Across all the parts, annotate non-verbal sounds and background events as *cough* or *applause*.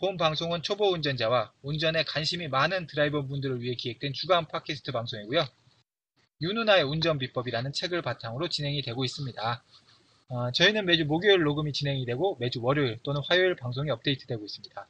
본 방송은 초보 운전자와 운전에 관심이 많은 드라이버 분들을 위해 기획된 주간 팟캐스트 방송이고요. 윤은아의 운전 비법이라는 책을 바탕으로 진행이 되고 있습니다. 어, 저희는 매주 목요일 녹음이 진행이 되고 매주 월요일 또는 화요일 방송이 업데이트되고 있습니다.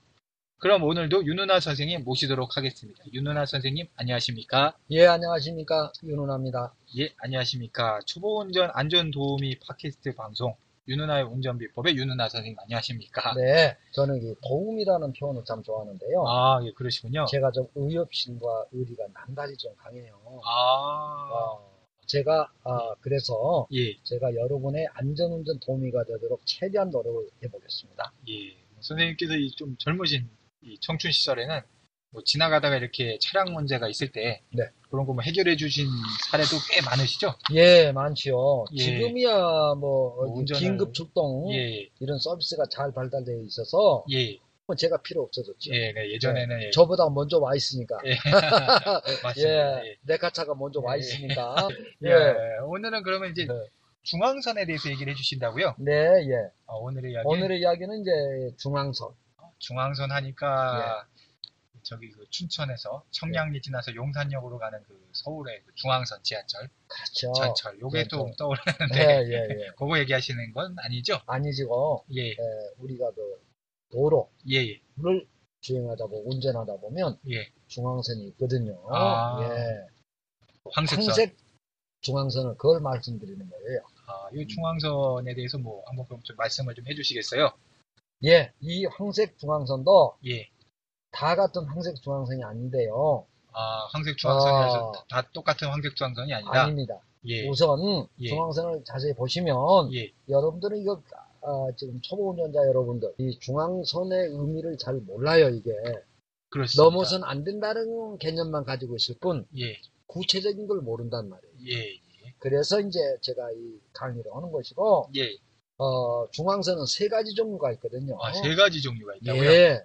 그럼 오늘도 윤은아 선생님 모시도록 하겠습니다. 윤은아 선생님 안녕하십니까? 예, 안녕하십니까. 윤은아입니다. 예, 안녕하십니까. 초보 운전 안전 도우미 팟캐스트 방송 윤은아의 운전 비법의 윤은아 선생님 안녕하십니까? 네, 저는 이 도움이라는 표현을 참 좋아하는데요. 아, 예, 그러시군요. 제가 좀 의협심과 의리가 난달이 좀 강해요. 아, 어, 제가, 아, 그래서 예, 제가 여러분의 안전운전 도움이가 되도록 최대한 노력을 해보겠습니다. 예. 선생님께서 이 좀 젊으신 이 청춘 시절에는 뭐 지나가다가 이렇게 차량 문제가 있을 때 네. 그런 거 뭐 해결해 주신 사례도 꽤 많으시죠? 예, 많지요. 예. 지금이야 뭐, 뭐 운전을- 긴급 출동 예, 이런 서비스가 잘 발달되어 있어서 예, 뭐 제가 필요 없어졌죠. 예. 네, 예전에는 예, 저보다 먼저 와 있으니까. 예. 맞습니다. 예, 내가 차가 먼저 와 예. 있으니까. *laughs* 예. 예, 오늘은 그러면 이제 네. 중앙선에 대해서 얘기를 해주신다고요? 네, 예. 어, 오늘의 이야기. 오늘의 이야기는 이제 중앙선. 중앙선 하니까 예. 저기 그 춘천에서 청량리 지나서 용산역으로 가는 그 서울의 그 중앙선 지하철 그렇죠. 전철 요게 네, 또 네. 떠오르는데 예, 예, 예. *laughs* 그거 얘기하시는 건 아니죠? 아니지고, 예예예 예, 우리가 그 도로를 예, 예, 주행하다 보고 운전하다 보면 예. 중앙선이 있거든요. 아, 예. 황색선 황색 중앙선을 그걸 말씀드리는 거예요. 아, 이 중앙선에 대해서 뭐 한번 그럼 좀 말씀을 좀 해주시겠어요? 예, 이 황색 중앙선도 예. 다 같은 황색 중앙선이 아닌데요. 아 황색 중앙선이라서 아. 다, 다 똑같은 황색 중앙선이 아니다. 아닙니다. 예예 우선 예. 중앙선을 자세히 보시면 예. 여러분들은 이거 아, 지금 초보 운전자 여러분들 이 중앙선의 의미를 잘 몰라요 이게 그렇습니다. 넘어선 안 된다는 개념만 가지고 있을 뿐 예예예 구체적인 걸 모른단 말이에요. 예, 그래서 이제 제가 이 강의를 하는 것이고 예. 어, 중앙선은 세 가지 종류가 있거든요. 아세 가지 종류가 있다고요? 어. 예,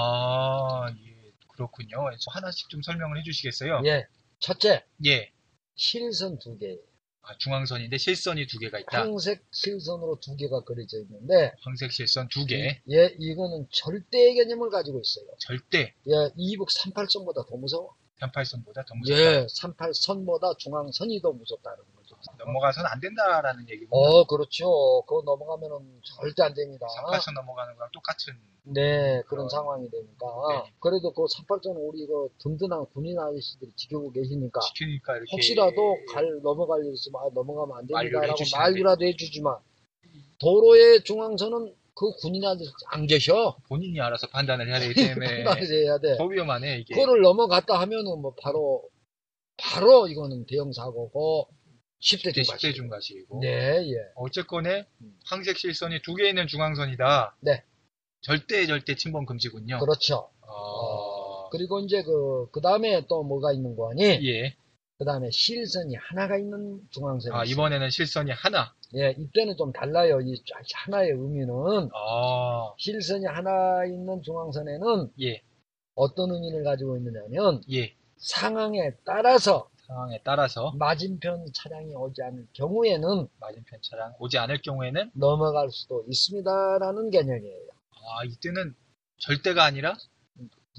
아, 예, 그렇군요. 그래서 하나씩 좀 설명을 해주시겠어요? 예. 첫째 예. 실선 두 개, 아, 중앙선인데 실선이 두 개가 있다. 황색 실선으로 두 개가 그려져 있는데 황색 실선 두 개. 예, 이거는 절대의 개념을 가지고 있어요. 절대 예, 이북 38선보다 더 무서워. 단팔선보다 더 무섭다. 예, 38선보다 중앙선이 더 무섭다는 거죠. 넘어가선 안 된다라는 얘기고. 어, 그렇죠. 그거 넘어가면은 절대 안 됩니다. 38선 넘어가는 거랑 똑같은 네, 그런 어. 상황이 되니까. 네. 그래도 그 38선 우리 그 든든한 군인 아저씨들이 지켜고 계시니까. 지키니까 이렇게 혹시라도 갈, 넘어갈 일 있으면, 아, 넘어가면 안 말려를 됩니다라고 해주시면 말이라도 해주지만, 도로의 중앙선은 그 군인 아저씨 안 계셔. 본인이 알아서 판단을 *laughs* 해야 되기 때문에 그래서 해야 돼. 더 위험하네 이게. 그거를 넘어갔다 하면은 뭐 바로, 바로 이거는 대형사고고, 10대 10대, 중과시. 10대 중과시이고. 네, 예. 어쨌건에 음. 황색 실선이 두 개 있는 중앙선이다. 네. 절대 절대 침범 금지군요. 그렇죠. 아, 어. 그리고 이제 그, 그 다음에 또 뭐가 있는 거 아니? 예. 그 다음에 실선이 하나가 있는 중앙선이 아, 있어요. 이번에는 실선이 하나. 예, 이때는 좀 달라요. 이 하나의 의미는 아, 실선이 하나 있는 중앙선에는 예, 어떤 의미를 가지고 있느냐면 예. 상황에 따라서 상황에 따라서 맞은편 차량이 오지 않을 경우에는 맞은편 차량 오지 않을 경우에는, 넘어갈 수도 있습니다라는 개념이에요. 아, 이때는 절대가 아니라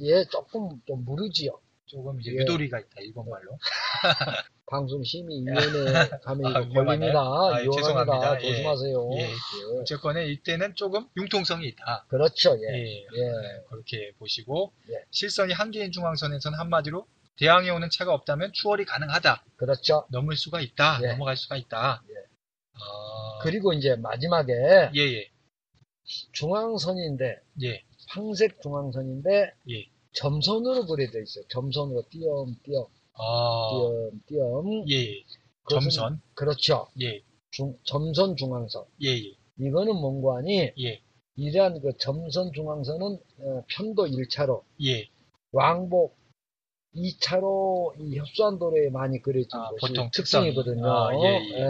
예, 조금 좀 무르지요. 조금 이제 예. 유도리가 있다, 일본말로. *laughs* 방송심의위원회 가면 아, 이거 위험하네요. 걸립니다. 아, 예, 죄송합니다. 위험합니다. 예. 조심하세요. 예. 예. 어쨌거나 이때는 조금 융통성이 있다. 그렇죠. 예. 예. 예. 그렇게 보시고, 예. 실선이 한 개인 중앙선에서는 한마디로 대항해 오는 차가 없다면 추월이 가능하다. 그렇죠. 넘을 수가 있다. 예. 넘어갈 수가 있다. 예. 아, 그리고 이제 마지막에 예, 예, 중앙선인데 예. 황색 중앙선인데 예. 점선으로 그려져 있어요. 점선으로 띄엄띄엄 아, 띄엄띄엄 예, 예. 그것은- 점선. 그렇죠. 예, 중- 점선 중앙선 예, 예, 이거는 뭔고하니 예, 이러한 그 점선 중앙선은 어, 편도 1차로 예. 왕복 2차로 이 협소한 도로에 많이 그려진 아, 곳이 보통 특성이거든요. 아, 예, 예.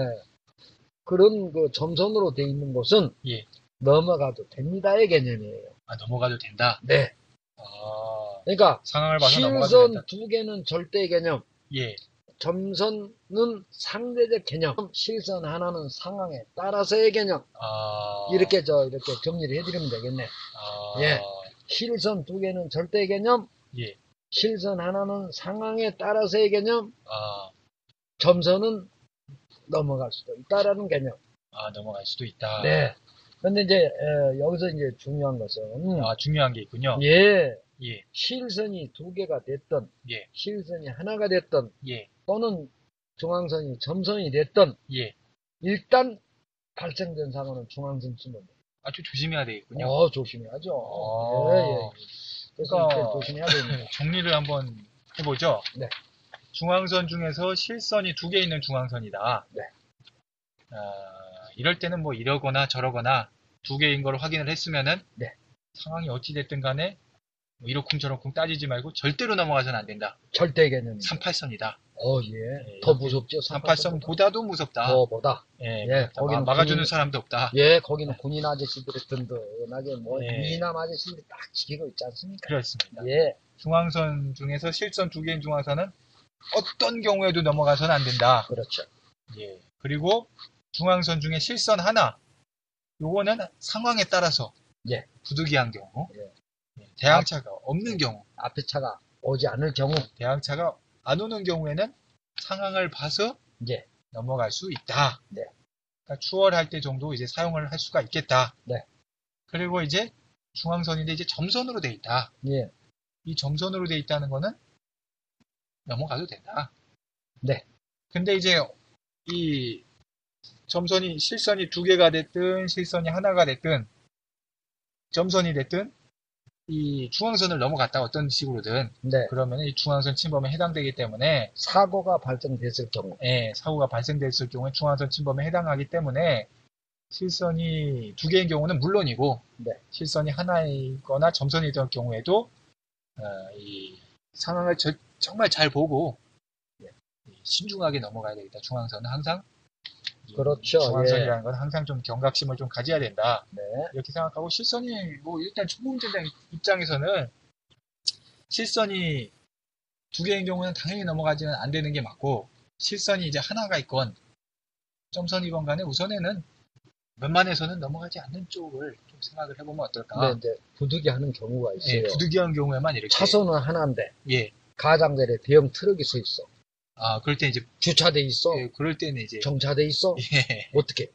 그런 그 점선으로 돼 있는 곳은 예. 넘어가도 됩니다의 개념이에요. 아, 넘어가도 된다. 네. 아, 그러니까 상황을 봐서 넘어가도 된다. 실선 두 개는 절대 개념, 예, 점선은 상대적 개념, 실선 하나는 상황에 따라서의 개념. 아, 이렇게 저 이렇게 정리를 해드리면 되겠네. 아, 예. 실선 두 개는 절대 개념, 예. 실선 하나는 상황에 따라서의 개념, 아, 점선은 넘어갈 수도 있다라는 개념. 아, 넘어갈 수도 있다. 네. 근데 이제 에, 여기서 이제 중요한 것은 아, 중요한 게 있군요. 예 예, 실선이 두 개가 됐던, 예. 실선이 하나가 됐던, 예, 또는 중앙선이 점선이 됐던 예. 일단 발생된 사고는 중앙선 쓰면 돼요. 아주 조심해야 되겠군요. 어, 조심해야죠. 아. 예, 예. 그래서 그러니까- 이렇게 조심해야 됩니다. 정리를 한번 해보죠. 네. 중앙선 중에서 실선이 두 개 있는 중앙선이다. 네. 아, 이럴 때는 뭐 이러거나 저러거나 두 개인 걸 확인을 했으면은 네. 상황이 어찌 됐든 간에 뭐 이러쿵저러쿵 따지지 말고 절대로 넘어가서는 안 된다. 절대 개념. 38선이다. 어, 예. 더 무섭죠. 38선보다도 무섭다. 더보다. 예, 예, 마- 거기는 막아주는 군인- 사람도 없다. 예, 거기는 군인 아저씨들이 든든하게 뭐 예. 미남 아저씨들이 딱 지키고 있지 않습니까? 그렇습니다. 예, 중앙선 중에서 실선 두 개인 중앙선은 어떤 경우에도 넘어가서는 안 된다. 그렇죠. 예. 그리고 중앙선 중에 실선 하나. 요거는 상황에 따라서 예. 부득이한 경우, 예. 예, 대항차가 없는 경우, 앞에 차가 오지 않을 경우, 대항차가 안 오는 경우에는 상황을 봐서 예. 넘어갈 수 있다. 네. 그러니까 추월할 때 정도 이제 사용을 할 수가 있겠다. 네. 그리고 이제 중앙선인데 이제 점선으로 돼 있다. 예, 이 점선으로 돼 있다는 거는 넘어가도 된다. 네. 근데 이제 이 점선이 실선이 두 개가 됐든 실선이 하나가 됐든 점선이 됐든 이 중앙선을 넘어갔다 어떤 식으로든 네. 그러면 이 중앙선 침범에 해당되기 때문에 사고가 발생됐을 경우, 예, 사고가 발생됐을 경우에 중앙선 침범에 해당하기 때문에 실선이 두 개인 경우는 물론이고 네. 실선이 하나이거나 점선이 될 경우에도 어, 이 상황을 저- 정말 잘 보고 예, 이 신중하게 넘어가야 되겠다. 중앙선은 항상 이 그렇죠. 중앙선이라는 건 항상 좀 경각심을 좀 가져야 된다. 네, 이렇게 생각하고 실선이 뭐 일단 초보운전자 입장에서는 실선이 두 개인 경우는 당연히 넘어가지는 안 되는 게 맞고 실선이 이제 하나가 있건 점선이건 간에 우선에는 웬만해서는 넘어가지 않는 쪽을 좀 생각을 해보면 근데 어떨까. 이제 부득이하는 경우가 아. 예, 있어요. 부득이한 경우에만 이렇게 네, 차선은 하나인데 예, 가장자리에 대형 트럭이 서 있어, 아 그럴 때 이제 주차돼 있어, 예, 그럴 때는 이제 정차돼 있어, *laughs* 예, 어떻게?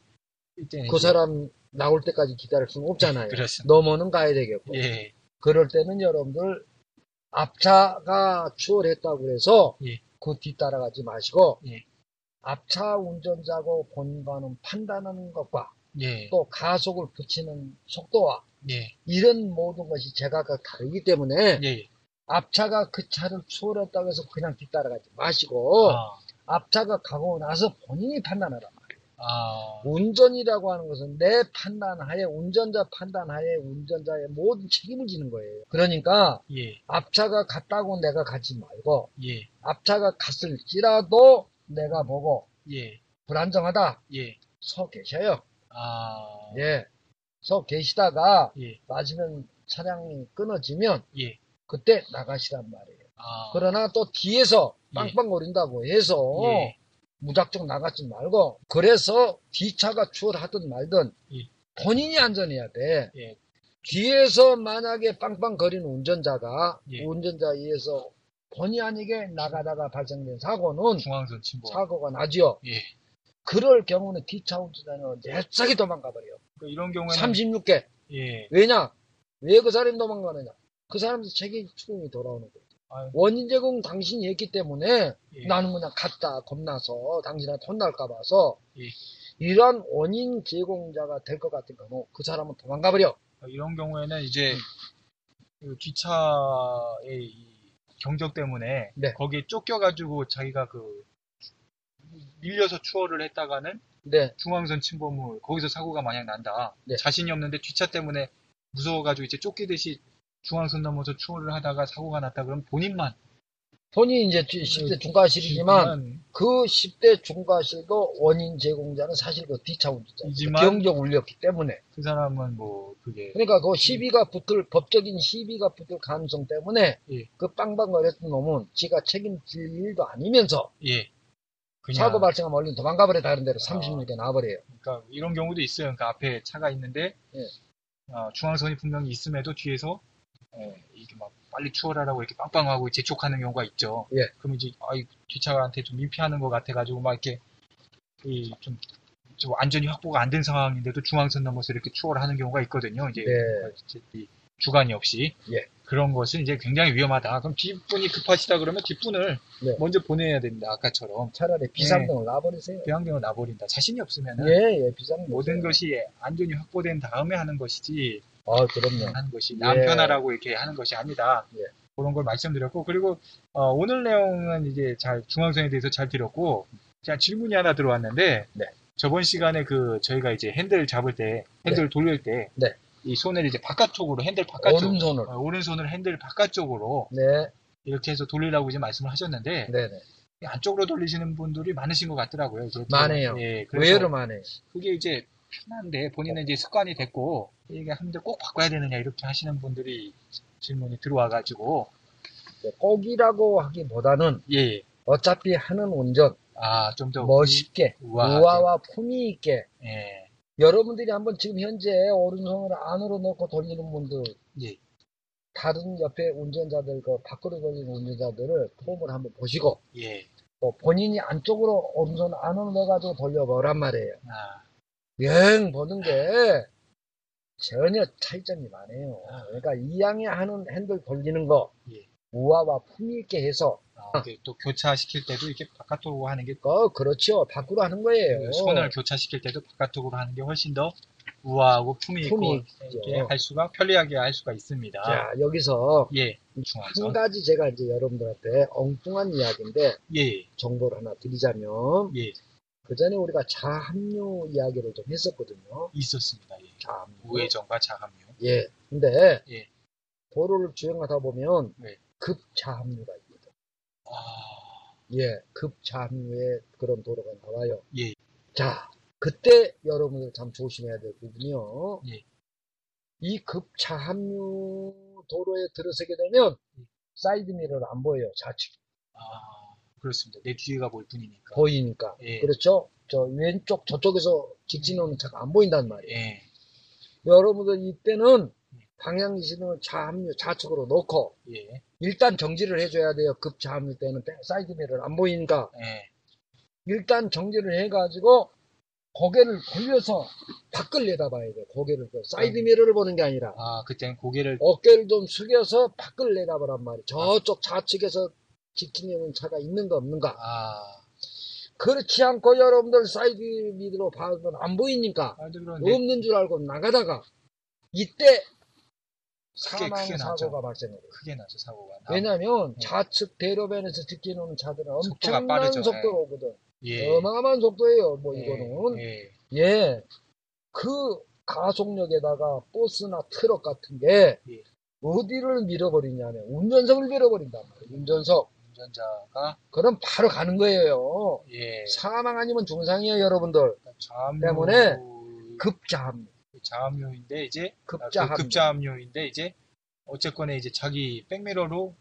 그럴 때는 그 이제, 사람 나올 때까지 기다릴 수는 없잖아요. 네, 그렇습니다. 넘어는 가야 되겠고. 그렇죠. 예, 그럴 때는 여러분들 앞차가 추월했다고 해서 예. 그 뒤따라가지 마시고 예. 앞차 운전자고 본관은 판단하는 것과 예, 또 가속을 붙이는 속도와 예, 이런 모든 것이 제각각 다르기 때문에 예, 앞차가 그 차를 추월했다고 해서 그냥 뒤따라가지 마시고 아, 앞차가 가고 나서 본인이 판단하라. 아, 운전이라고 하는 것은 내 판단하에 운전자 판단하에 운전자의 모든 책임을 지는 거예요. 그러니까 예, 앞차가 갔다고 내가 가지 말고 예, 앞차가 갔을지라도 내가 보고 예, 불안정하다 예, 서 계셔요. 아, 예. 서 계시다가 예, 마지막 차량이 끊어지면 예, 그때 나가시란 말이에요. 아, 그러나 또 뒤에서 빵빵거린다고 뭐 해서 예, 무작정 나가지 말고 그래서 뒤차가 추월하든 말든 예. 본인이 안전해야 돼. 예. 뒤에서 만약에 빵빵거리는 운전자가 예. 운전자에 의해서 본의 아니게 나가다가 발생된 사고는 중앙선 침범. 사고가 나지요. 예. 그럴 경우는 뒤차 운전자는 잽싸게 도망가 버려요. 그러니까 이런 경우에는 36개. 예, 왜냐? 왜 그 사람이 도망가느냐? 그 사람도 책임 추궁이 돌아오는 아유. 거예요. 원인 제공 당신이 했기 때문에 예, 나는 그냥 갔다 겁나서 당신한테 혼날까 봐서 예. 이러한 원인 제공자가 될 것 같은 경우 그 사람은 도망가 버려. 어, 이런 경우에는 음. 이제 그 기차의 이 경적 때문에 네. 거기에 쫓겨가지고 자기가 그 밀려서 추월을 했다가는 네, 중앙선 침범 후 거기서 사고가 만약 난다. 네. 자신이 없는데 뒷차 때문에 무서워가지고 이제 쫓기듯이 중앙선 넘어서 추월을 하다가 사고가 났다 그러면 본인만 본인이 이제 그 10대 중과실이지만 지만 그 10대 중과실도 원인 제공자는 사실 그 뒤차 운전자. 이지만- 경적 울렸기 때문에. 그 사람은 뭐 그게 그러니까 그 시비가 붙을 법적인 시비가 붙을 가능성 때문에 예. 그 빵빵거렸던 놈은 지가 책임질 일도 아니면서 예 그냥 사고 발생하면 얼른 도망가 버려 다른 데로 36에 나버려요. 그러니까 이런 경우도 있어요. 그러니까 앞에 차가 있는데 예. 어, 중앙선이 분명히 있음에도 뒤에서 예, 이게 막 빨리 추월하라고 이렇게 빵빵하고 재촉하는 경우가 있죠. 예. 그럼 이제 아이 뒷차한테 좀 민폐하는 것 같아가지고 막 이렇게 이 좀, 좀 안전이 확보가 안 된 상황인데도 중앙선 넘어서 이렇게 추월하는 경우가 있거든요. 이제 네. 이 주관이 없이 예. 그런 것은 이제 굉장히 위험하다. 그럼 뒷분이 급하시다 그러면 뒷분을 네. 먼저 보내야 됩니다. 아까처럼 차라리 예. 비상등을 놔버리세요. 대항경을 놔버린다. 자신이 없으면 은 예, 예, 비상등. 모든 것이 안전이 확보된 다음에 하는 것이지 아, 그럼요. 하는 것이 예. 남편하라고 이렇게 하는 것이 아니다. 예. 그런 걸 말씀드렸고 그리고 어, 오늘 내용은 이제 잘 중앙선에 대해서 잘 들었고 제가 질문이 하나 들어왔는데 네. 저번 시간에 그 저희가 이제 핸들 잡을 때 핸들 돌릴 때 이 네. 손을 이제 바깥쪽으로 핸들 바깥쪽 오른손을. 어, 오른손을 핸들 바깥쪽으로 네, 이렇게 해서 돌리라고 이제 말씀을 하셨는데 네, 네. 안쪽으로 돌리시는 분들이 많으신 것 같더라고요. 이제 또- 많아요. 예, 그래서 외로 많아요. 그게 이제 편한데 본인은 이제 습관이 됐고 이게 한데 꼭 바꿔야 되느냐 이렇게 하시는 분들이 질문이 들어와가지고 이제 네, 꼭이라고 하기보다는 어차피 하는 운전 예, 예아좀 더 멋있게 우아하게. 우아와 품위 있게 예, 여러분들이 한번 지금 현재 오른손을 안으로 넣고 돌리는 분들 예. 다른 옆에 운전자들 그 밖으로 돌리는 운전자들을 폼을 한번 보시고 예. 또 본인이 안쪽으로 오른손 안으로 넣어가지고 돌려보란 말이에요. 아, 여행 보는 게 전혀 차이점이 많아요. 그러니까 이양이 하는 핸들 돌리는 거 예. 우아와 품위 있게 해서 아, 이게 또 교차시킬 때도 이렇게 바깥으로 하는 게 어 그렇죠 밖으로 하는 거예요. 손을 교차시킬 때도 바깥으로 하는 게 훨씬 더 우아하고 품위 품위 있고 있죠. 이렇게 할 수가 편리하게 할 수가 있습니다. 자 아, 여기서 예, 한 중앙선 가지 제가 이제 여러분들한테 엉뚱한 이야기인데 예, 정보를 하나 드리자면 예, 그 전에 우리가 자합류 이야기를 좀 했었거든요. 있었습니다. 예. 자합류. 우회전과 자감류. 예. 근데 예. 도로를 주행하다 보면 네. 급자합류가 있거든. 아, 예. 급자합류의 그런 도로가 나와요. 예. 자, 그때 여러분들 참 조심해야 될 부분이요. 예. 이 급자합류 도로에 들어서게 되면 예. 사이드미러를 안 보여요. 좌측 아, 그렇습니다. 내 뒤에가 볼 뿐이니까. 보이니까. 예. 그렇죠? 저 왼쪽 저쪽에서 직진하는 차가 안 보인단 말이에요. 예. 여러분들 이때는 방향 지시등을 좌합류 좌측으로 놓고 예. 일단 정지를 해줘야 돼요. 급좌합류 때는 백- 사이드미러를 안 보이니까 예. 일단 정지를 해가지고 고개를 돌려서 밖을 내다봐야 돼요. 고개를 그 사이드미러를 보는 게 아니라 아, 그때는 고개를 어깨를 좀 숙여서 밖을 내다보란 말이에요. 저쪽 좌측에서 직진하는 차가 있는가 없는가 아, 그렇지 않고 여러분들 사이드미러로 봐도 안 보이니까 말도 그런데 없는 줄 알고 나가다가 이때 크게 크게 나죠. 사망사고가 발생해요. 크게 나죠 사고가. 나- 왜냐하면 네. 좌측 대로변에서 직진 오는 차들은 속도가 엄청난 빠르죠. 속도로 오거든. 예. 어마어마한 속도예요. 뭐 예. 이거는 예. 예. 그 가속력에다가 버스나 트럭 같은 게 예. 어디를 밀어버리냐면 운전석을 밀어버린단 말이에요. 운전석. 운전자가 그럼 바로 가는 거예요. 예. 그러니까 사망 아니면 중상이에요, 여러분들. 자압류 때문에 급자합니다. 자압류인데 그 이제 급자합류. 아, 그 급자압류인데 이제 어쨌거나 이제 자기 백미러로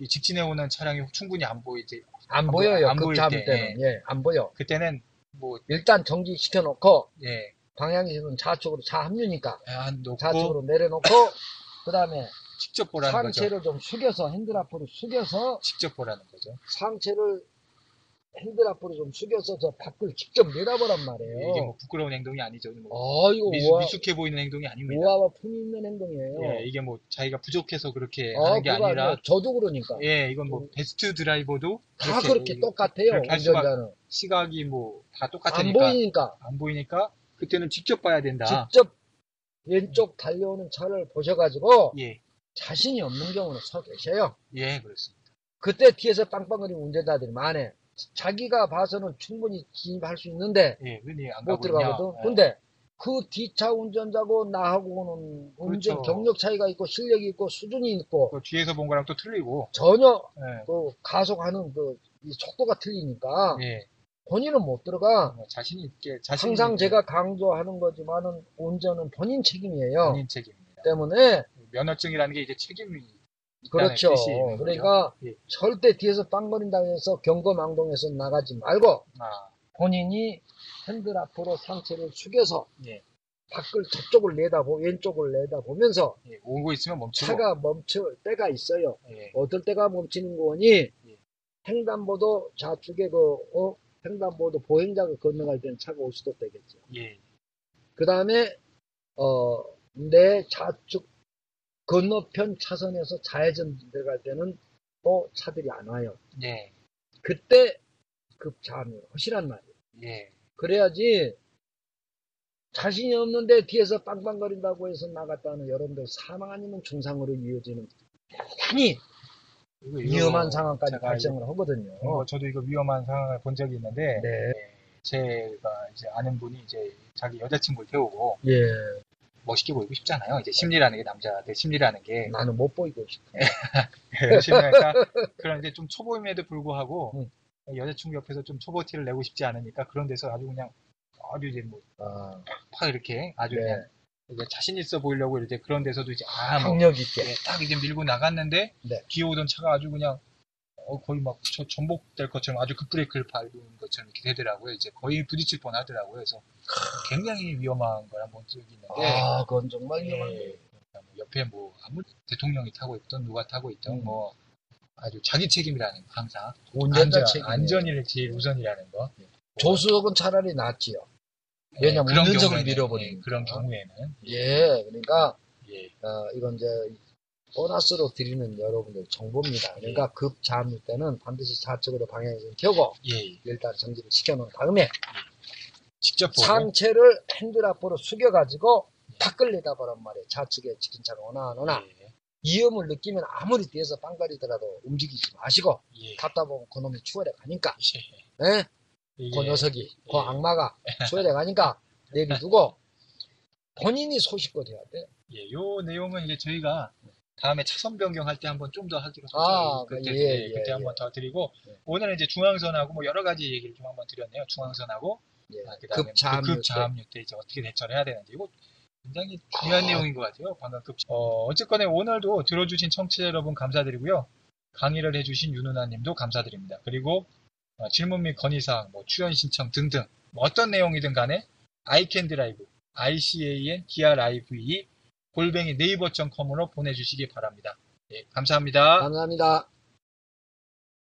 이 직진해 오는 차량이 충분히 안 보이지. 안 안 보여요. 안 보일 급자합 때. 때는. 예, 안 보여. 그때는 뭐 일단 정지시켜 놓고 예. 방향이는 좌측으로 좌합류니까 안 놓고 좌측으로 *laughs* 내려놓고 그다음에 직접 보라는 어? 거죠. 상체를 좀 숙여서 핸들 앞으로 숙여서 직접 보라는 거죠. 상체를 핸들 앞으로 좀 숙여서 저 밖을 직접 내다보란 말이에요. 이게 뭐 부끄러운 행동이 아니죠. 뭐 아, 이거 미, 우아, 미숙해 보이는 행동이 아닙니다. 우아와 품이 있는 행동이에요. 예, 이게 뭐 자기가 부족해서 그렇게 아, 하는 게 어. 그거 아니라 아니에요. 저도 그러니까. 예, 이건 뭐 베스트 드라이버도 다 이렇게 그렇게 이- 똑같아요. 그렇게 할 수가 운전자는. 시각이 뭐 다 안 똑같으니까 보이니까 안 보이니까 그때는 직접 봐야 된다. 직접 왼쪽 달려오는 차를 보셔가지고 예, 자신이 없는 경우는 서 계셔요. 예, 그렇습니다. 그때 뒤에서 빵빵거리는 운전자들이 많아요. 자기가 봐서는 충분히 진입할 수 있는데 예, 왜안 예. 가고 못 들어가거든. 있냐? 네. 근데 그 뒤차 운전자고 나하고는 운전 그렇죠. 경력 차이가 있고 실력이 있고 수준이 있고 그 뒤에서 본 거랑 또 틀리고. 전혀 예, 그 가속하는 그이 속도가 틀리니까 예, 본인은 못 들어가. 뭐 자신 있게 자신 항상 있게 제가 강조하는 거지만은 운전은 본인 책임이에요. 본인 책임입니다. 때문에 면허증이라는 게 이제 책임이 있다는 그렇죠. 뜻이 있는 거죠. 그러니까 예. 절대 뒤에서 빵거린다고 해서 경거망동에서 나가지 말고 아, 본인이 핸들 앞으로 상체를 숙여서 예. 밖을 저쪽을 내다보 왼쪽을 내다보면서 예, 오고 있으면 멈추고. 차가 멈출 때가 있어요. 예, 어떨 때가 멈추는 거니 횡단보도 좌측에 그 어? 횡단보도 보행자가 건너갈 때는 차가 올 수도 있겠죠. 예, 그 다음에 어, 내 좌측 건너편 차선에서 좌회전 들어갈 때는 또 차들이 안 와요. 예, 그때 급차하면 허시란 말이에요. 예, 그래야지 자신이 없는데 뒤에서 빵빵거린다고 해서 나갔다는 여러분들 사망 아니면 중상으로 이어지는 대단히 이거- 이거 위험한 상황까지 제가 어, 발생을 하거든요. 이거- 이거 저도 이거 위험한 상황을 본 적이 있는데 네. 제가 이제 아는 분이 이제 자기 여자친구를 태우고 예. 멋있게 보이고 싶잖아요. 이제 심리라는 게 남자한테 심리라는 게 나는 못 보이고 싶어. *laughs* 심리니까 그런데 좀 초보임에도 불구하고 여자친구 옆에서 좀 초보 티를 내고 싶지 않으니까 그런 데서 아주 그냥 아주 이제 뭐팍 아, 이렇게 아주 네. 그냥 이제 자신 있어 보이려고 이제 그런 데서도 이제 아뭐 강력 있게. 예, 딱 이제 밀고 나갔는데 네. 뒤에 오던 차가 아주 그냥 어, 거의 막 저- 전복될 것처럼 아주 급브레이크를 밟은 것처럼 이렇게 되더라고요. 이제 거의 부딪힐 뻔하더라고요. 그래서 굉장히 위험한 걸 한번 적이 있는데 아, 그건 정말 위험한 예. 거예요. 뭐 옆에 뭐 아무 대통령이 타고 있던 누가 타고 있던 음. 뭐 아주 자기 책임이라는 거 항상 운전자 안전 책임. 안전이 제일 우선이라는 거. 조수석은 차라리 낫지요. 예, 왜냐면 그런 운전석을 경우에는, 밀어버리니까. 예, 그런 경우에는 예, 그러니까 예, 어, 이건 이제 보너스로 드리는 여러분들 정보입니다. 그러니까 급잠일 때는 반드시 좌측으로 방향을 켜고 예, 일단 정지를 시켜놓은 다음에 직접 보고 상체를 핸들 앞으로 숙여가지고 밖을 내다보란 말이에요. 좌측에 지킨차가 오나 안 오나 예, 위험을 느끼면 아무리 뒤에서 빵거리더라도 움직이지 마시고 예, 갔다 보면 그놈이 추월해 가니까 예. 예? 이게- 그 녀석이, 그 예. 악마가 소외돼 가니까 내비두고 본인이 소식도 돼야 돼. 예, 요 내용은 이제 저희가 다음에 차선 변경할 때 한번 좀 더 하기로 아, 했어요. 그때 예, 네, 예, 그때 예. 한번 더 드리고 예. 오늘은 이제 중앙선하고 뭐 여러 가지 얘기를 좀 한번 드렸네요. 중앙선하고 예. 아, 그다음에 급자압. 그 급자압류 때 이제 어떻게 대처를 해야 되는지 이거 굉장히 중요한 아. 내용인 것 같아요. 방금 급 어, 어쨌거나 오늘도 들어주신 청취자 여러분 감사드리고요. 강의를 해주신 윤은아님도 감사드립니다. 그리고 어, 질문 및 건의사항, 뭐 출연 신청 등등 뭐 어떤 내용이든 간에 아이캔드라이브 i c a n d r i v e 골뱅이 네이버.com으로 보내주시기 바랍니다. 예, 감사합니다. 감사합니다.